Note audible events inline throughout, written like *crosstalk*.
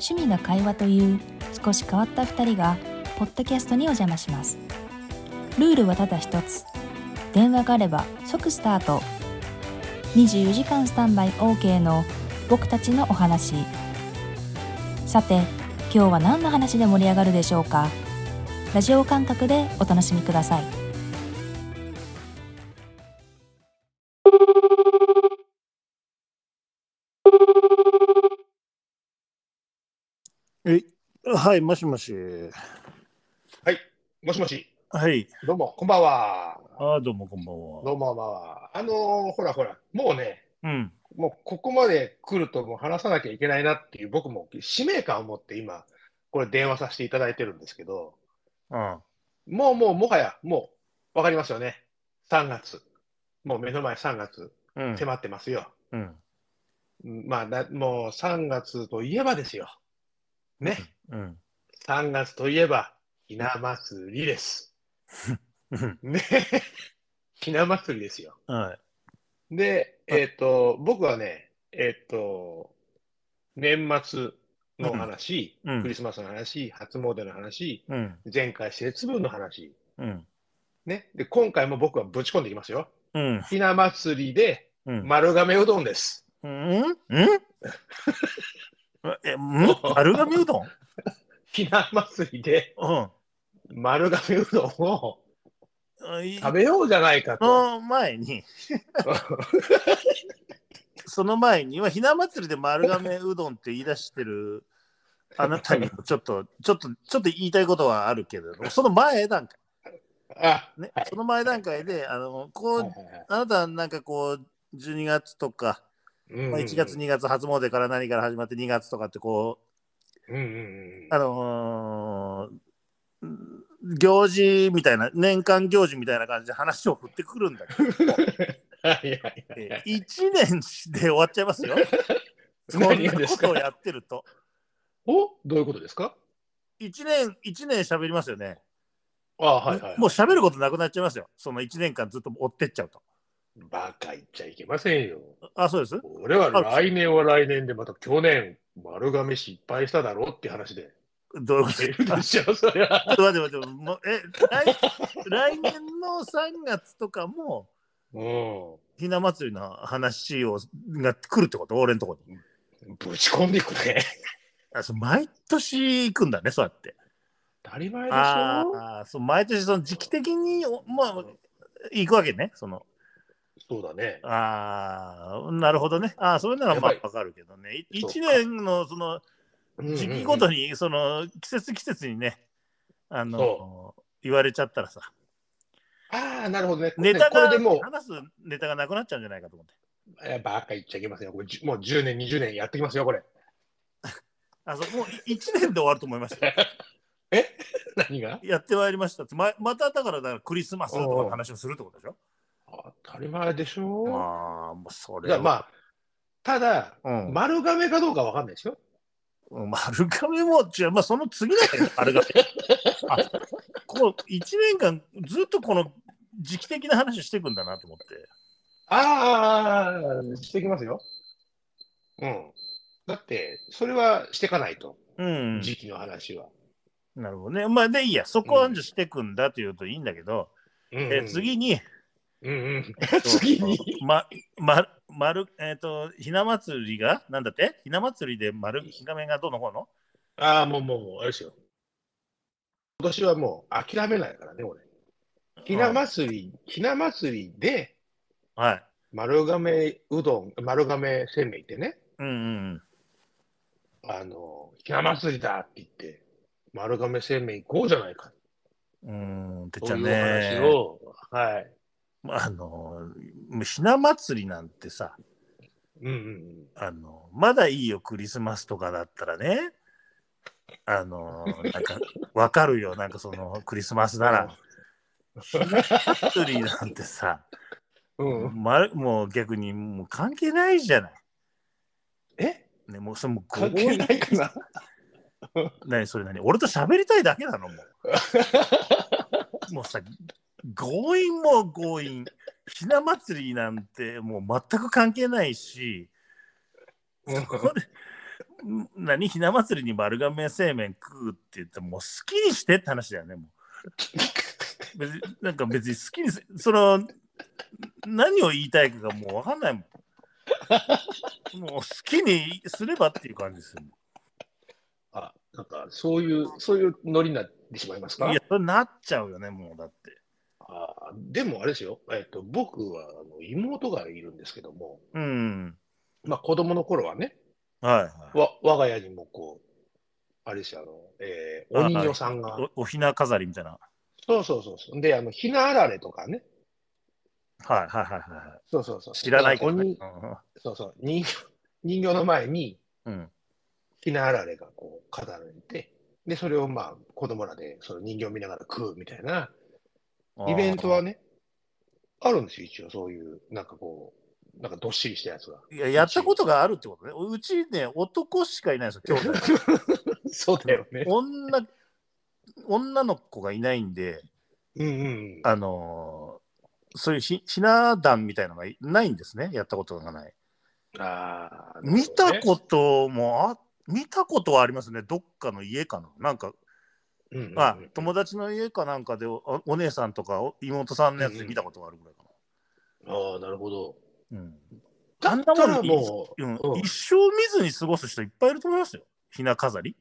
趣味が会話という少し変わった2人がポッドキャストにお邪魔しますルールはただ一つ電話があれば即スタート24時間スタンバイ OK の僕たちのお話さて今日は何の話で盛り上がるでしょうかラジオ感覚でお楽しみくださいえいはい、もしもし。もしもし、はい。どうも、こんばんは。ああ、どうもこんばんどうも、こんばんは。あのーほらほら、もうね、は。うん。もうここまで来ると、もう話さなきゃいけないなっていう、僕も使命感を持って今、これ、電話させていただいてるんですけど、あもうもう、もはや、もう、わかりますよね。3月。もう目の前3月、うん。迫ってますよ。うん。うんまあな、もう3月といえばですよ。ね。うん。 3月といえば、ひな祭りです。うん。ね。ひな祭りですよ。はい。で、はいえっ、と、僕はね、えっ、と、年末の話、うんうんクリスマスの話、初詣の話、うん。前回節分の話、うん。ね。で、今回も僕はぶち込んでいきますよ。うん。ひな祭りでうん。丸亀うどんです。うん。うん。え、うん。丸亀うどん。ひな祭りでうん。丸亀うどんをあい食べようじゃないかと。の前に。その前にはひな祭りで丸亀うどんって言い出してる。あなたにもちょっと、ちょっと、ちょっと言いたいことはあるけれど、その前段階。あ、ねはい、その前段階で、あの、こはいうは、いはいあなたはなんかこう12月とか、うんまあ、1月2月初詣から何から始まって2月とかってこうんうんうんうあのーうん行事みたいな年間行事みたいな感じで話を振ってくるんだ *laughs* けどはいはいはい1年で終わっちゃいますよそんな何がですこかとをやってるとおどういうことですか1年一年喋りますよね、あはいはいはい。もう喋ることなくなっちゃいますよその1年間ずっと追ってっちゃうとバカ言っちゃいけませんよ。あそうです俺は来年は来年で、また去年、丸亀失敗しただろうって *laughs* 話で。どういうこと出るでしょ、そりゃ。待って待って待ってもうえ来来年の3月とかもうひな祭りの話をが来るってこと俺のとこにん。ぶち込んでいくね。あそう毎年行くんだねそうやって当たり前でしょ。あーあーそう毎年その時期的におまあ行くわけねそのそうだね。ああなるほどねああそれならまあやばいわかるけどねそうか1年のその時期ごうんうんうとんにその季節季節にねあの言われちゃったらさああ、なるほどね。ネタこれがでも話すネタがなくなっちゃうんじゃないかと思ってう、いやバカ言っちゃいけませんよ。これじゅもう10年、20年やってきますよ、これ。あそうもう1年で終わると思いました何がやってまいりましたってままただからだからクリスマスとかの話をするってことでしょ当たり前でしょ。ああもうそじゃあまあ、あ、ただ、うんま、丸亀かどうかわかんないですよ。丸亀も違うまあその次だけど *laughs* 丸亀あこう1年間ずっとこの時期的な話していくんだなと思ってああ、してきますよ。うん。だって、それはしていかないと、うん時期の話は。なるほどねまあでいいやそこはじゃあしていくんだというといいんだけど、うんえ次にう *laughs* んうん、次に。ま、ま、丸えっ、とひな祭りがなんだってひな祭りで丸亀がどうの方のああ、もうもう、もう、あれですよ。今年はもう諦めないからね、俺。ひな祭り、ひな祭りではい丸亀うどん、丸亀せんべいってね、うんうんうんあの、ひな祭りだって言って、丸亀せんべい行こうじゃないか。うーん、てっちそゃうんいうね話。を、はい。まああの、ひな祭りなんてさ、うんうんあの、まだいいよ、クリスマスとかだったらね。あの、なんか、わかるよ、なんかその、クリスマスなら。ひな祭りなんてさ、うん。うん。ま、もう逆にもう関係ないじゃない。えね、もうそれもう関係ないかな何それ何俺と喋りたいだけなのも *laughs* うもうさ強引も強引ひな祭りなんてもう全く関係ないしうんそこでん何ひな祭りに丸亀製麺食うって言ってもう好きにしてって話だよねもう別になんか別に好きにせその何を言いたいかがもう分かんないもんもう好きにすればっていう感じですよあ、なんか、そういう、そういうノリになってしまいますかいやそれなっちゃうよねもうだってあでも、あれですよ。えっと、僕は、あの、妹がいるんですけども、うんまあ、子供の頃はね、はいはいわ、我が家にもこう、あれですよ、あの、えー、あお人形さんが、おおひな飾りみたいなそうそうそうそう。で、あの、ひなあられとかね、はいはいはいはそうそうそう。い知らないけけど、どおねにそうそう、人形、人形の前に、うんうんひなあられがこう飾られて、で、それをまあ子供らでその人形見ながら食うみたいなあーイベントはね、あるんですよ、一応そういう、なんかこう、なんかどっしりしたや *laughs* つが。いややったことがあるってことねうちね男しかいないんですよ兄弟そうだよね。女女の子がいないんでうんうんうん。あのーそういうひひな壇みたいのがいないんですねやったことがない、あー見たこともあ見たことはありますねどっかの家かななんか、と、うんうんうんまあ友達の家かなんかでおお姉さんとかお妹さんのやつで見たことがあるぐらいかああ、なるほど。な、うんだあっんたなもんらもう、うんうん一生見ずに過ごす人いっぱいいると思いますよひな飾り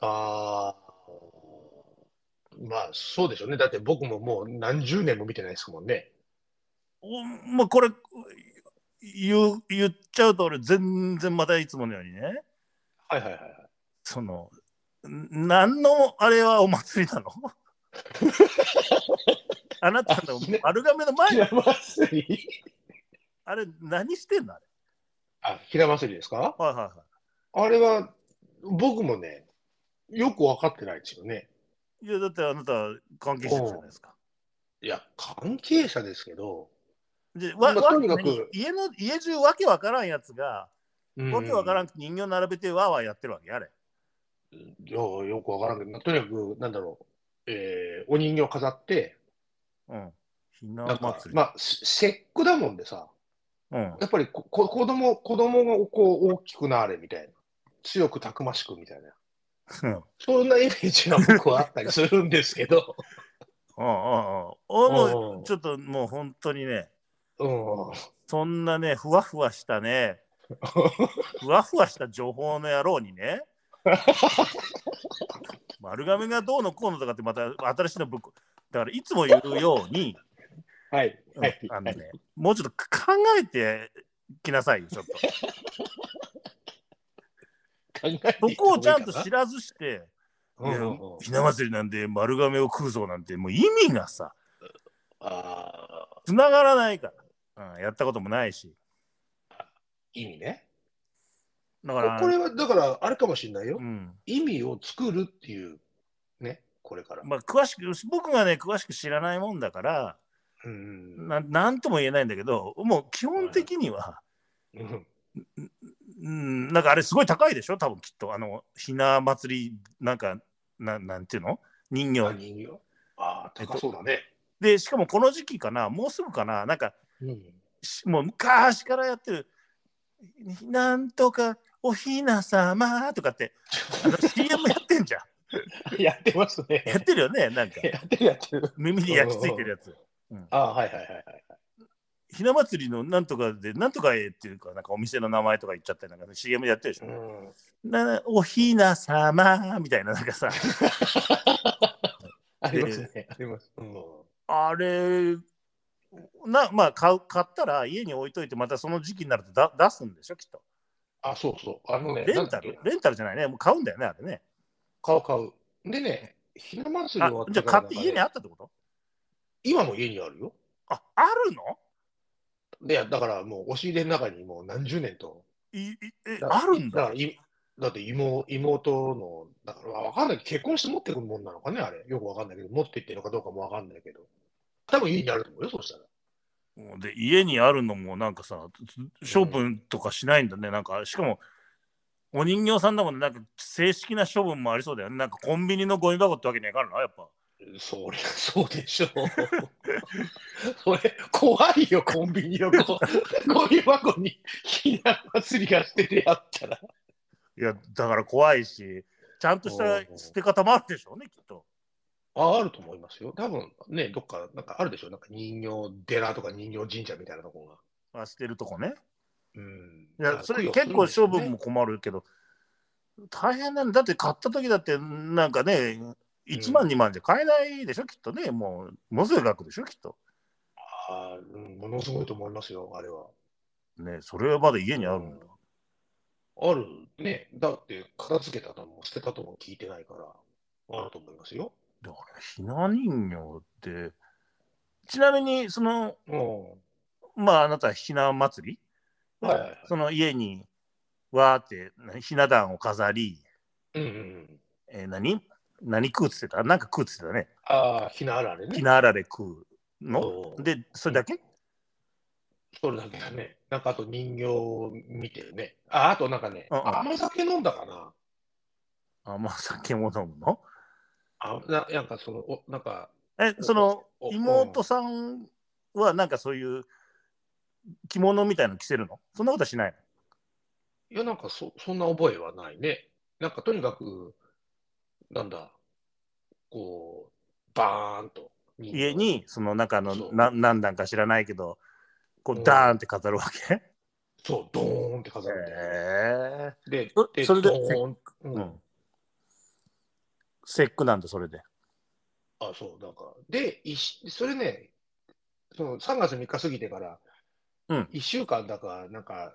ああ、まあそうでしょうね。だって僕ももう何十年も見てないですもんね。おまあこれ言う言っちゃうと俺全然またいつものようにねはいはいはいはい。そのん何のあれはお祭りなの *laughs* あなたの丸亀の前ひにな祭りあれ何してんのあれあ、ひな祭りですかはいはいはあれは、僕もね、よく分かってないですよね。いいやだってあなた関係者じゃないですかいや、関係者ですけど、でわまあわとにかく何家の家中わけわからんやつが、わけわからん。ん人形並べてわーわーやってるわけあれよよく分からんけど、とにかく、なんだろう、えーお人形飾って、うんひななんか祭り、まあ、せ節句だもんでさ、うんやっぱりここ子供子供がこう大きくなれみたいな、強くたくましくみたいな、うんそんなイメージが僕はあったりするんですけ *laughs* ど、うんうんうん俺うもんちょっともう本当にねうん、そんなねふわふわした *laughs* ねふわふわした情報の野郎にね丸亀がどうのこうのとかってまた新しいのぶっこだからいつも言うように、はい、うんはい、あのね、もうちょっと考えてきなさいよちょっ *laughs* と考えていった方がいそいかなこをちゃんと知らずしてうんうんうんいやひな祭りなんで丸亀を食うぞなんてもう意味がさああ、つながらないから、うん、やったこともないし意味ね。だからこれはだからあれかもしれないよ、うん意味を作るっていうねこれから、まあ、詳しく僕がね詳しく知らないもんだからうんななんとも言えないんだけどもう基本的には、うんうん、なんかあれすごい高いでしょ多分きっとあのひな祭りなんかななんていうの人あ形人形ああ高そうだね、でしかもこの時期かなもうすぐかななんかうんしもう昔からやってる「なんとかおひなさま」とかってあの CM やってんじゃんやってますねやってるよねなんかやってるやってる耳に焼き付いてるやつああはいはいはいはいひな祭りのなんとかでなんとかえっていうかなんかお店の名前とか言っちゃったりなんか CM でやってるでしょ、 *laughs* うんなおひなさまみたいななんかさありますねあります、うん、あれなまあ買う買ったら家に置いといてまたその時期になるとだ出すんでしょきっとあそうそうあのねレなンんだタっけルレンタルじゃないねもう買うんだよねあれね買う買うでねひな祭りあ終わっじゃたあ買からって家にあったってこと今も家にあるよああるのでだからもう押し入れの中にもう何十年といいえだあるんだだからいだって妹妹の、だからわかんない、結婚して持ってくるもんなのかね、あれ。よくわかんないけど、持って行ってるのかどうかもわかんないけど。多分家にあると思うよ、そうしたら。で家にあるのもなんかさ処分とかしないんだね、なんかしかもお人形さんだもんねなんか正式な処分もありそうだよねなんかコンビニのゴミ箱ってわけにはいかんのやっぱそりゃそうでしょう。 *laughs* それ、怖い *laughs* よ、コンビニのゴゴミ箱にひな祭りがしててやったら。いや、だから怖いし、ちゃんとした捨て方もあるでしょうね、きっと。あ、あると思いますよ。多分ね、どっか、なんかあるでしょ。なんか人形寺とか人形神社みたいなとこあ捨てるとこね。が。うん。いや、それ結構勝負も困るけど、大変なんだ。だって買った時だって、なんかね、1万2万じゃ買えないでしょ、きっとね。もう、ものすごい額でしょ、きっと。あーうんものすごいと思いますよ、あれは。ね、それはまだ家にあるんだ。あるね。だって、片付けたとも捨てたとも聞いてないから、あると思いますよ。だから、ひな人形って、ちなみに、その、うん。まあ、あなた、ひな祭りはいはいはい。その家に、わーって、なひな壇を飾り、うんうんうん。えー何何食うっつってたなんか食うっつってたね。ああ、ひなあられねひ。なあられ食うの。そうで、それだけそれだけだね。なんかあと人形を見てね。あ、あとなんかね、うんうん甘酒飲んだかな。甘酒も飲むのあななんかその、おなんか、え、その、お妹さんはなんかそういう着物みたいの着せるのそんなことはしないのいや、なんかそ、そんな覚えはないね。なんかとにかく、なんだ、こう、バーンと。家。に、その中のそうな何段か知らないけど、こううんダーンって飾るわけそう、ドーンって飾るんだよね。へえでそ、でそれでドーン、ううんん。節句なんだ、それで。あ、そう、なんか。で、いしそれね、その3月3日過ぎてから、うん1週間だか、なんか、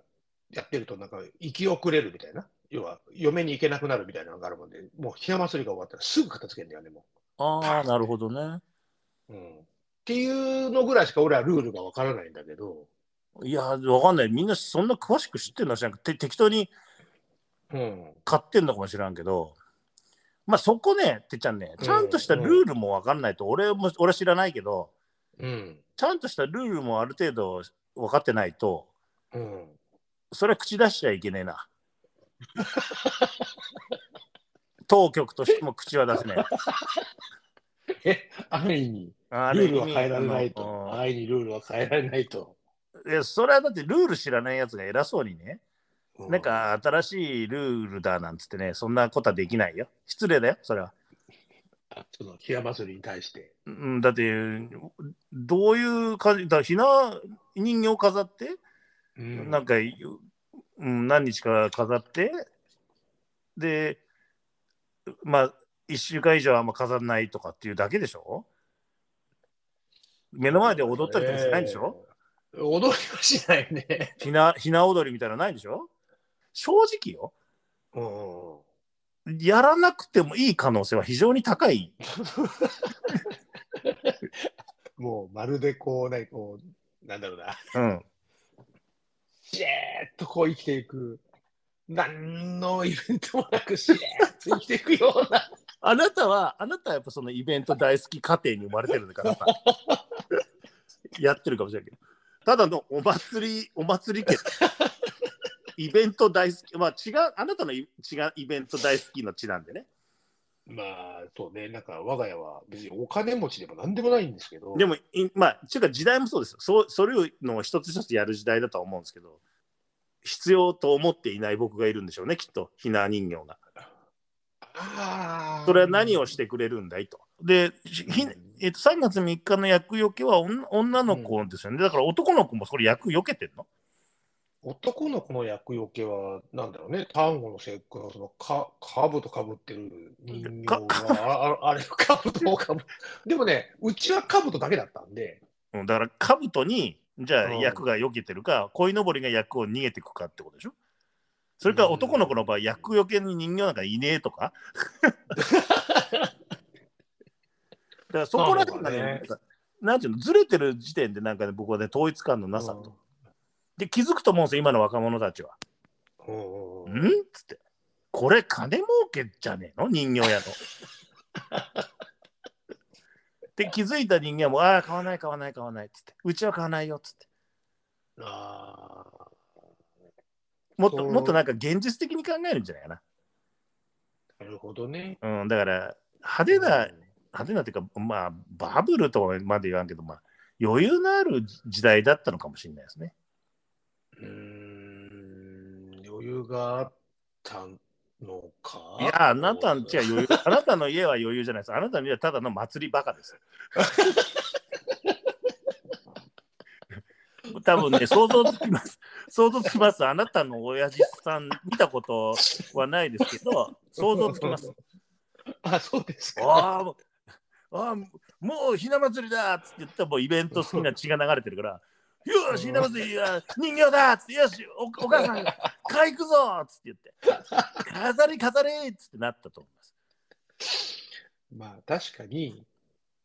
やってると、なんか、生き遅れるみたいな。要は、嫁に行けなくなるみたいなのがあるもんで、もう、ひな祭りが終わったらすぐ片付けんだよね、も *laughs* ああ、なるほどね。う。うん。っていうのぐらいしか俺はルールがわからないんだけど、いや、わかんない。みんなそんな詳しく知ってるのは知らんけどて適当にうん。買ってんのかもしらんけど、まあそこね、てっちゃんね、ちゃんとしたルールもわかんないと、俺も、俺は知らないけど、うん。ちゃんとしたルールもある程度分かってないと、うん。それは口出しちゃいけねえ *laughs* な。当局としても口は出せねえ。え、安易に、あルールは変えられないあと。の安易にルールは変えられないと。うんいやそれはだってルール知らないやつが偉そうにね、うなん、か新しいルールだなんつってね、そんなことはできないよ。失礼だよ、それは。あその、ひな祭りに対して。うん、だって、どういう感じ、だからひな人形飾って、うんなんか、うん、何日か飾って、で、まあ、1週間以上はあんま飾らないとかっていうだけでしょ目の前で踊ったりとかしないんでしょ、えー踊りはしないね。ひなひな踊りみたいなのないんでしょ正直よ、うん。やらなくてもいい可能性は非常に高い。もうまるでこう、ね、こう、なんだろうな、うん。しれーっとこう生きていく。何のイベントもなくしれーっと生きていくような。あなたは、あなたはやっぱそのイベント大好き家庭に生まれてるからさ、やってるかもしれないけど、ただのお祭り、お祭り家、イベント大好き、まあ違う、あなたのい違うイベント大好きの血なんでね。 *laughs* まあ、そうね、なんか我が家は別にお金持ちでも何でもないんですけど。でも、いまあ、ちゅうか時代もそうですよ。そうそれをの一つ一つやる時代だとは思うんですけど、必要と思っていない僕がいるんでしょうね、きっと、ひな人形が。あーそれは何をしてくれるんだいと。で、ひひえっと3月3日の厄除けは女女の子ですよね。だから男の子もそれ厄除けてんの男の子の厄除けは、なんだろうね、単語の節句のそのか、かぶとかぶってる人形が、あああれ、かぶとをかぶ。でもね、うちはかぶとだけだったんで、うん、だから兜に、じゃあうん役が避けてるか、鯉のぼりが役を逃げていくかってことでしょそれから男の子の場合、役除けに人形なんかいねえとか。 *laughs* だからそこら辺がね、そうだねなんかなんていうの、ずれてる時点でなんかね、僕はね、統一感のなさと。で、気づくと思うんですよ、今の若者たちは。うんうんうんんっつって、これ金儲けじゃねえの人形屋の。で気づいた人間も、ああ、買わない、買わない、買わないっつって、うちは買わないよっつって、ああ。もっとそうもっとなんか現実的に考えるんじゃないかなるほどね。な。うん、だから、派手な、う派ん手なっていうか、まあ、バブルとまで言わんけど、まあ、余裕のある時代だったのかもしれないですね。うーん、余裕があったんのか。いや、あなたんちは余裕、 *laughs* あなたの家は余裕じゃないです。あなたの家はただの祭りバカ *laughs* です。多分ね、想像つきます。想像つきます。あなたの親父さん見たことはないですけど、想像つきます。 *laughs* あ、そうですか。ああ、もうああ、もうひな祭りだっつって言ったら、もうイベント好きな血が流れてるから、よし、ひな祭りだ人形だっつって、よし、おお母さん、買い行くぞっつって言って、飾り飾りっつってなったと思います。まあ、確かに、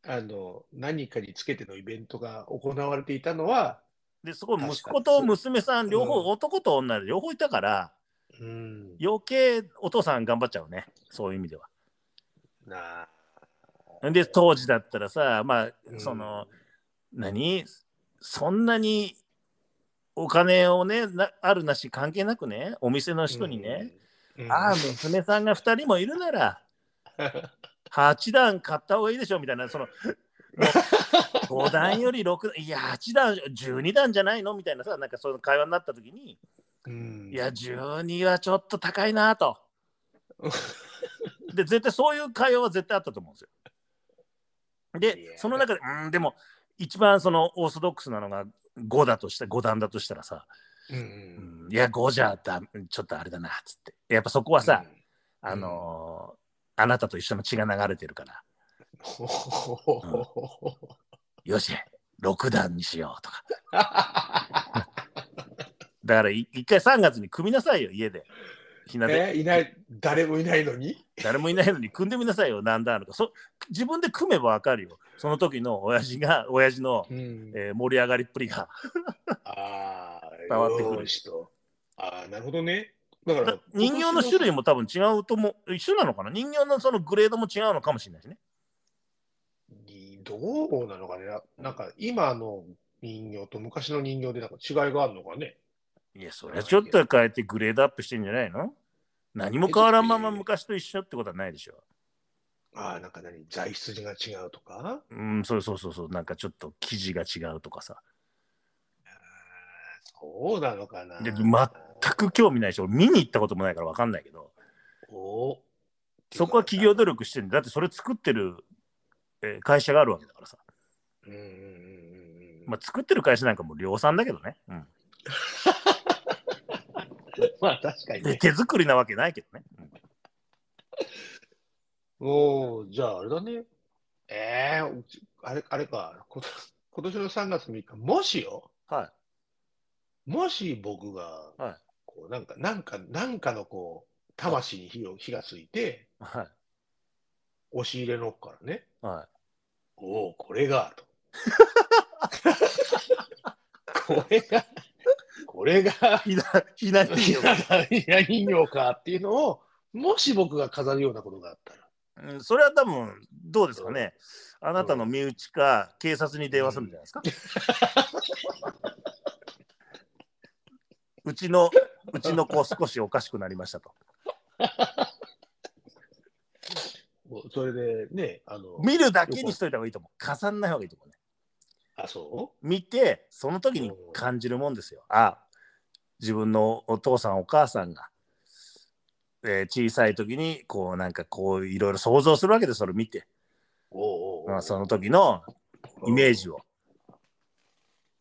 あの、何かにつけてのイベントが行われていたのは、で、そこ、確かに息子と娘さん、両方、うん男と女で両方いたから、うん、余計お父さん頑張っちゃうね、そういう意味では。なあで、当時だったらさ、まあ、うんその、何そんなにお金をねなあるなし関係なくねお店の人にね、、うんああ娘さんが2人もいるな *laughs* ら8段買った方がいいでしょみたいなその5段より6段いや8段12段じゃないのみたいなさなんかその会話になった時に、うんいや12はちょっと高いな *laughs* と。で絶対そういう会話は絶対あったと思うんですよ。いやでその中でうんでも一番そのオーソドックスなのが5だとした5段だとしたらさうんうんいや、5じゃだ、ちょっとあれだな、つって。やっぱそこはさ、あのーあなたと一緒の血が流れてるから、ほほほほほよし、6段にしようとか。 *laughs* だから、い一回3月に組みなさいよ、家で。ひなで。えいない誰もいないのに誰もいないのに組んでみなさいよ、何段あるか。そ自分で組めばわかるよ。その時の親父が、親父の、うんえー盛り上がりっぷりが。ああ、伝わってくるよーしと。ああ、なるほどね。だかだら、人形の種類も多分違うとも、一緒なのかな人形のそのグレードも違うのかもしれないしね。にどうなのかね。ななんか、今の人形と昔の人形でなんか違いがあるのかね。いや、それはちょっと変えてグレードアップしてんじゃないの何も変わらんままえちょっと昔と一緒ってことはないでしょ。ああ、なんか何材質が違うとかうん、そうそうそうそう、なんかちょっと生地が違うとかさ。そうなのかな。でま全く興味ないし、俺見に行ったこともないから分かんないけど、おそこは企業努力してるんだ。だってそれ作ってる、えー会社があるわけだからさ。うんうんうんうんうん。まあ、作ってる会社なんかもう量産だけどね。うんまあ、確かにでね。手作りなわけないけどね。うんおお、じゃああれだね。ええうちあれ、あれか。こと今年の3月3日、もしよ、はい。もし僕が、はいこうなんか、なんか、なんかのこう、魂に火を、火がついて、はい。押し入れの奥からね、はおお、これ *laughs* が、と。これが、これが、い。ひな、ひな人ひ形な人形かっていうのを、もし僕が飾るようなことがあったら、うん、それは多分どうですかね、あなたの身内か警察に電話するんじゃないですか、うちのうちの子少しおかしくなりましたともうそれでね、あの、見るだけにしといた方がいいと思う重んない方がいいと思うねあ、そう見てその時に感じるもんですよあ自分のお父さんお母さんが、えー小さい時にこうなんかこういろいろ想像するわけですそれ見て、おうおうおうまあ、その時のイメージを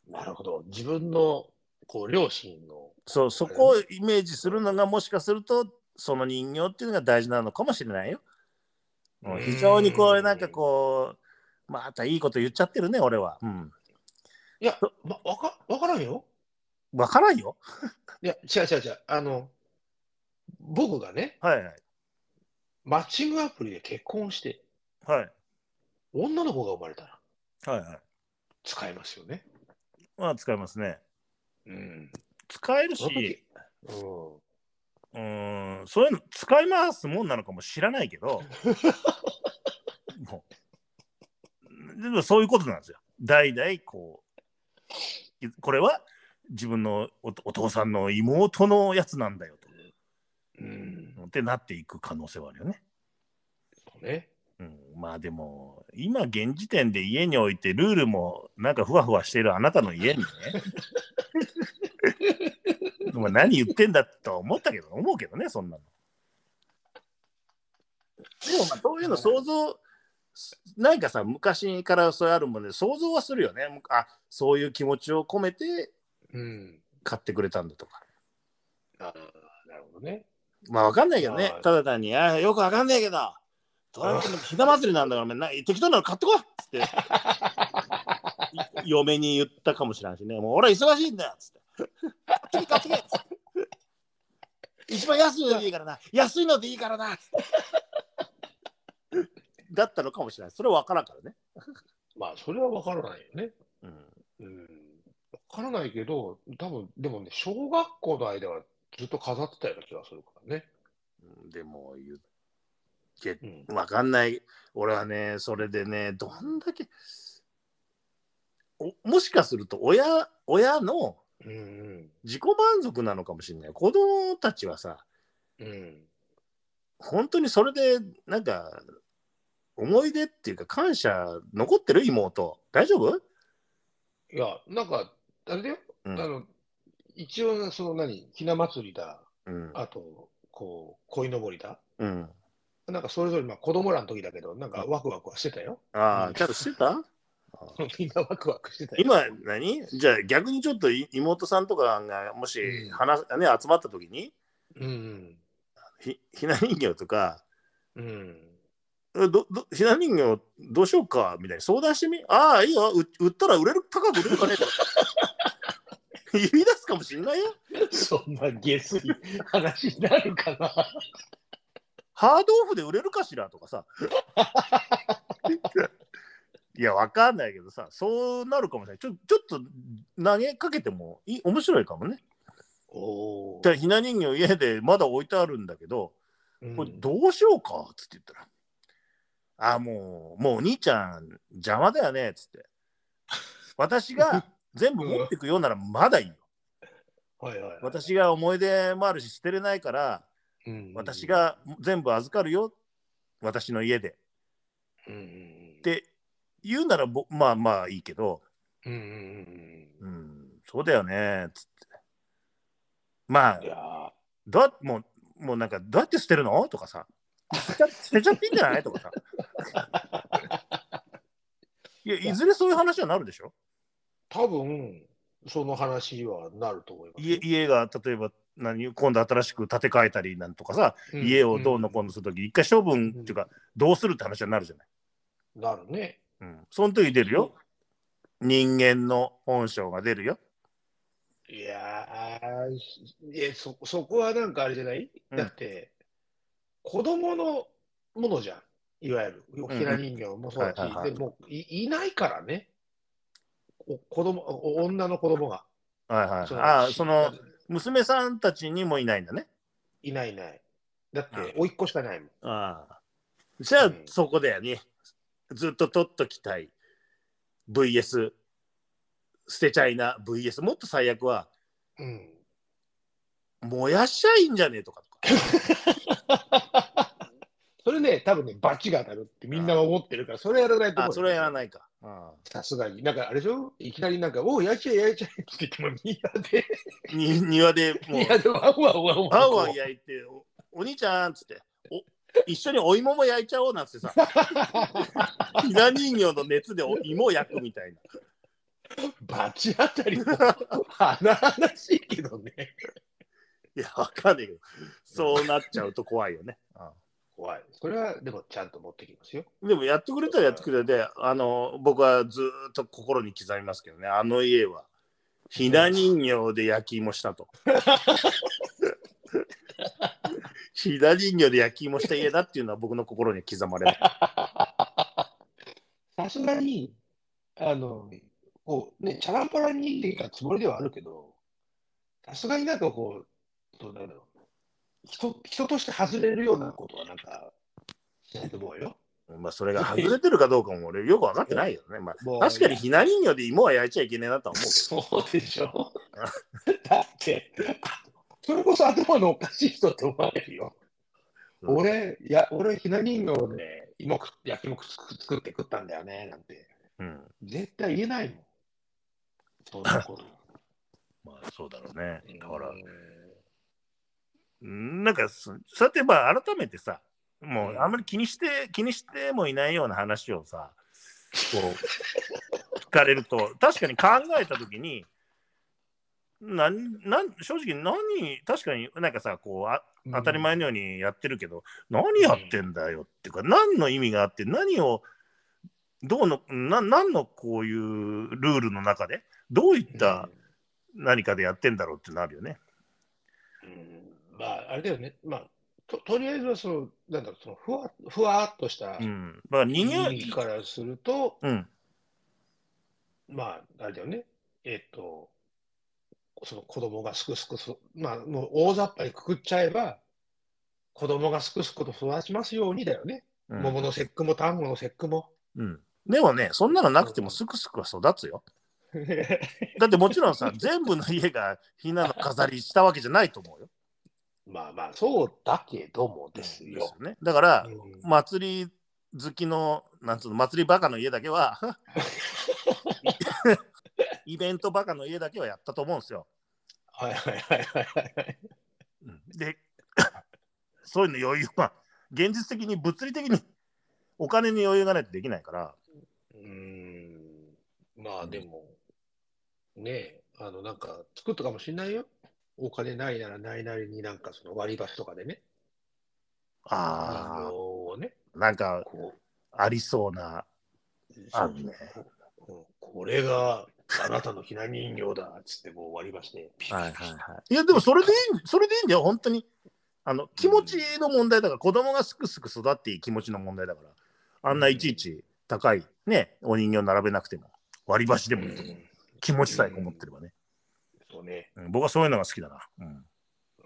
なるほど。自分のこう両親の。そうそこをイメージするのがもしかするとその人形っていうのが大事なのかもしれないよ。もう非常にこううんなんかこうまたいいこと言っちゃってるね俺は。うん。いや、ま、わかわからんよ。わからんよ。いや、違う違う違う。あの、僕がね、はいはいマッチングアプリで結婚して、はい女の子が生まれたらはいはい。使えますよね。まあ使えますね。うん。使えるそのし、時、うん。うーんそういうの使い回すもんなのかも知らないけど、もうでもそういうことなんですよ。代々こう、いこれは自分のおお父さんの妹のやつなんだよと。うん。ってなっていく可能性はあるよね。そうね。うん、まあでも今現時点で家においてルールもなんかふわふわしているあなたの家にね *laughs* まあ何言ってんだと思ったけど思うけどねそんなのでもまあそういうの想像、なんかさ、昔からそれあるもんで、想像はするよね。あそういう気持ちを込めてうん。買ってくれたんだとか。ああ、なるほどね。まあわかんないけどねは、いただ単に、あよくわかんないけど、トランプのひな祭りなんだからお前な、適当なの買ってこいっつって、 *laughs* い嫁に言ったかもしれないしね、もう俺は忙しいんだよっつって。買ってけ買ってけっつって一番安いのでいいからな、安いのでいいからなっつってだったのかもしれない。それはわからんからね。まあ、それは分からないよね。うんうん。分からないけど、多分、でもね、小学校の間はずっと飾ってたような気がするからね。うんでも言ってうん。わかんない。俺はね、それでね、どんだけ、おもしかすると親、親のうん自己満足なのかもしれない。子供たちはさ、うん。うん。本当にそれで、なんか、思い出っていうか感謝残ってる妹。大丈夫いや、なんか、あれだよ。うんあの、一応、その何、ひな祭りだ、うん。あと、こう、鯉のぼりだ。うん、なんかそれぞれ、まあ子供らの時だけど、なんかワクワクはしてたよ。 *laughs* あうあ、んちゃんとして *laughs* たみんなワクワクしてたよ。今何、じゃあ逆にちょっとい妹さんとかがもしうん話、ね、集まった時に、うん。ひひな人形とか、うん。えどどひな人形どうしようかみたいに相談してみああいいよう売ったら売 *laughs* れる高く売れるかね言い出すかもしんないよそんな下水話になるか *laughs* な。ハードオフで売れるかしらとかさ *laughs* いやわかんないけどさそうなるかもしれないちょちょっと投げかけてもいい面白いかもねおおじゃあひな人形家でまだ置いてあるんだけどこれどうしようかっつって言ったら「ああもうもうお兄ちゃん邪魔だよね」っつって「私が全部持ってくようならまだいいよはいはいはい、私が思い出もあるし捨てれないからうんうんうん私、が全部預かるよ私の家で」うんうん、っ、て言うならぼまあまあいいけどうんうんう「んううんそうだよね」っつってまあん、いやーどうやもうもうなんかどうやって捨てるのとかさ捨てちゃ捨てちゃっていいんじゃないとかさいやいずれそういう話はなるでしょ多分その話はなると思います家家が例えば何今度新しく建て替えたりなんとかさ、うん家をどうのこうのするとき、一回処分っていうか、どうするって話になるじゃない、うんなるねうん、その時出るよ人間の本性が出るよいやーいやそそこはなんかあれじゃない、うんだって子供のものじゃんいわゆるんひな人形もそうだし、はいはいはいでもいいないからねお子供お女の子供がはいはいそのああその娘さんたちにもいないんだねいないいないだっはいて甥っ子しかないもんああ。じゃあ、うんそこだよね。ずっと取っときたい。VS、捨てちゃいな。VS、もっと最悪は、うん *laughs* 燃やしちゃいいんじゃねえとかとか。それね、多分ね、罰が当たるってみんなが思ってるから、それやらないと思あ、う。それはやらい。ないか。ああさすがに。なんかあれでしょいきなりなんか、おう、やいちゃえ、やいちゃえって言っても、みんなで、に庭で *laughs* もうみん、なでワンワンワンワン。ワンワン焼いて、おお兄ちゃんっつって、お一緒にお芋も焼いちゃおうなんつってさ、ひな人形の熱でお芋を焼くみたいな。罰当たり *laughs* も、華々しいけどね。いや、わかんないけど、そうなっちゃうと怖いよね。ああ怖い。それは、でも、ちゃんと持ってきますよ。でもやってくれたらやってくれたで、あの、僕はずーっと心に刻みますけどね、あの家は、ひな人形で焼き芋したと。ひな人形で焼き芋した家だっていうのは僕の心に刻まれる。 *laughs* さすがに、あの、こう、ね、チャランパラにできたつもりではあるけど、さすがになんかこう、どうなんだろう。人、人として外れるようなことはなんか、しないと思うよ。まあそれが外れてるかどうかも俺よく分かってないよね。まもあ、う確かにひな人形で芋は焼いちゃいけねえなとは思うけそうでし *laughs* ょ。だって、それこそ頭のおかしい人って思われるよ。うん俺、いや、 *laughs* 俺、ひな人形で芋食っ焼き芋作作って食ったんだよね、なんて。ど。うん。絶対言えないもん。そんなこと。まあそうだろうね。だからう、んうんなんかそ、さてまあ改めてさ、もうあんまり気にして、気にしてもいないような話を *laughs* さ、こう、聞かれると、確かに考えたときに、なんなん正直何、確かになんかさ、こうあ、当たり前のようにやってるけど、何やってんだよっていうか、何の意味があって、何を、どうの、な何のこういうルールの中で、どういった何かでやってんだろうってなるよね。うんまあ、あれだよね、まあ、ととりあえずはその、なんだろう、そのふわふわっとしたうん。だから人間、意味からすると、うん。まあ、あれだよね、えっと、その子供がすくすくそ、まあ、もう大雑把にくくっちゃえば、子供がすくすくと育ちますようにだよね。うん桃の節句も端午の節句も。 *laughs* うん、でもね、そんなのなくてもすくすくは育つよ。だってもちろんさ、 *laughs* 全部の家がひなの飾りしたわけじゃないと思うよ。まあまあ、そうだけどもですよ。ね、だから、うん祭り好きの、なんつうの、祭りバカの家だけは、 *laughs* イベントバカの家だけはやったと思うんですよ。はいはいはいはいはい。うんで、 *laughs* そういうの余裕は、現実的に物理的にお金に余裕がないとできないから、うーんまあでも、ねえ、あのなんか作ったかもしんないよ。お金ないならないなりになんかその割り箸とかでね、人あ形をね、あ、なんかこありそうな。う、あるねそうここれがあなたのひな人形だっつってこう割り箸でピッはいはいはい。いや、でもそれでいい、それでいいんだよ、本当に。あの、気持ちの問題だから、子供がすくすく育っていい気持ちの問題だから、あんないちいち高い、ね、お人形並べなくても、割り箸でもいいと思う。気持ちさえこもってればね。そうね。うん僕はそういうのが好きだな。うん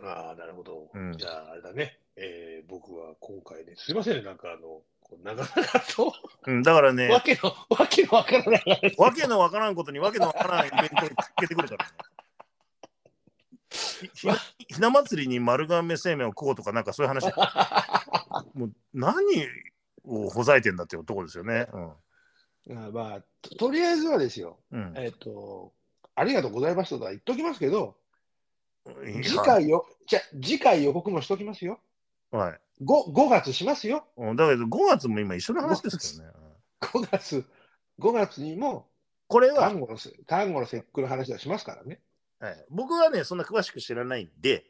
ああ、なるほど。うんじゃああれだね、えー僕は今回ね、すいませんね、なんかあの、こう長々と、うん、だからわね、けの、わけのわからない話わけのわからんことにわけのわからないイベントをつけてくるからね。ひひなひな祭りに丸亀製麺を食おうとかなんかそういう話 *laughs* もう何をほざいてんだっていうとこですよね。あまあ、ととりあえずはですよ、うんうん、えっ、と、ありがとうございましたとは言っときますけど、いや次回よ、じゃ次回予告もしときますよ。はい。 5, 5月しますよ。うんだけど5月も今一緒の話ですけどね。うん5月、5月にも、これは、単語のせ、単語の節句の話はしますからね。はい僕はね、そんな詳しく知らないんで、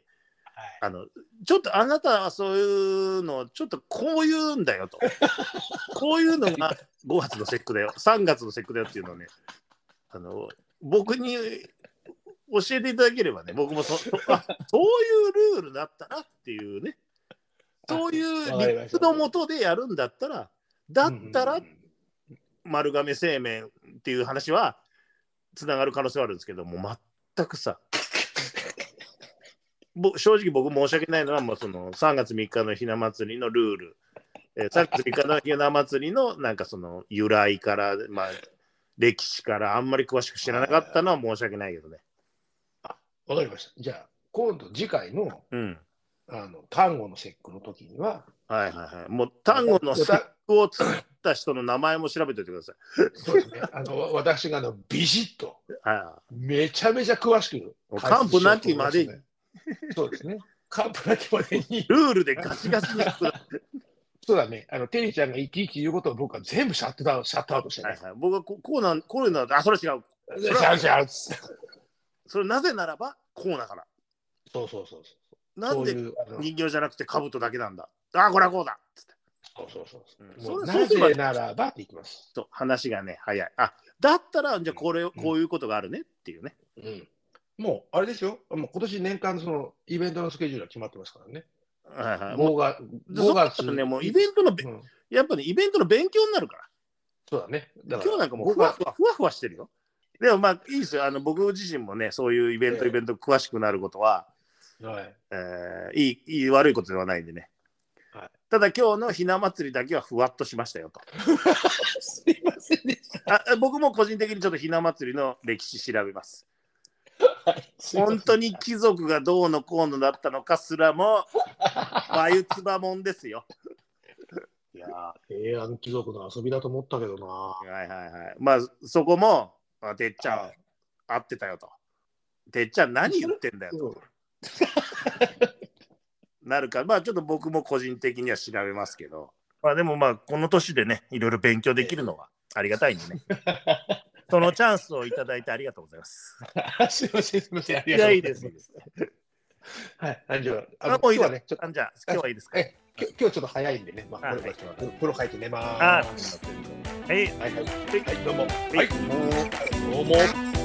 はあの、ちょっとあなたはそういうのを、ちょっとこういうんだよと。こういうのが5月の節句だよ、3月の節句だよっていうのをね、あの、僕に教えていただければね、僕もそそあそういうルールだったなっていうね、そういう理屈のもとでやるんだったら、だったらうんうんうん丸亀製麺っていう話はつながる可能性はあるんですけどもう全くさぼ正直僕申し訳ないのはもうその3月3日のひな祭りのルール、えー3月3日のひな祭りのなんかその由来から、まあ、歴史からあんまり詳しく知らなかったのは申し訳ないけどね。わかりました。じゃあ、今度次回の、うんあの、単語の節句の時には、はいはいはい、もう単語の節句を作った人の名前も調べておいてください。そうですね、あの、わ私があの、ビシッと、あめちゃめちゃ詳しくあ完膚なきまでにそうですね。完膚なきまでに。ルールでガチガチに作るそうだね。あの、テリーちゃんが生き生き言うことを僕は全部シャットダウン、シャットアウトしてはねい。はい、僕はここうなんこういうのはあそれは違うシャンシャンつってそれなぜならばこうだから。そうそうそうなそう。んそうでいう、あの人形じゃなくて兜だけなんだ。ああ、これはこうだっつってそうそうそううんそう。もうそうなすればぜならばっていきます。と話がね、早い。あだったら、じゃあこれ、こういうことがあるねっていうね。うん。もう、あれですよ。もう今年年間そのイベントのスケジュールは決まってますからね。はいはい。も5月、うで5そうなっ月たらね、もうイベントのべ、うんやっぱね、イベントの勉強になるから。そうだね。だ今日なんかもう5ふわ月ふわ、ふわふわしてるよ。でもまあ、いいですよ。あの僕自身もね、そういうイベント、ええイベント詳しくなることは、はい。えーいい、いい、悪いことではないんでね。はいただ今日のひな祭りだけはふわっとしましたよと。すいませんでした。あ僕も個人的にちょっとひな祭りの歴史調べます。本本当に貴族がどうのこうのだったのかすら *laughs* も眉唾もんですよ。いやー、平安貴族の遊びだと思ったけどな。はいはいはい。まあそこも、あ、てっちゃん、はい合ってたよと。てっちゃん何言ってんだよと。なるか、まあちょっと僕も個人的には調べますけど、まあでもまあこの年でねいろいろ勉強できるのはありがたいんで *laughs* ねそのチャンスをいただいてありがとうございます。 *laughs* すいません、すいません、あいりがとうございます。いいですはい、大丈夫。ああのもういい今日だはね、ちょっとあじゃあ今日はいいですかえきょ今日ちょっと早いんでね、まあ、あこれからお風呂入って寝まあーす。はいはいはい、はい、どうも。はい、どうも。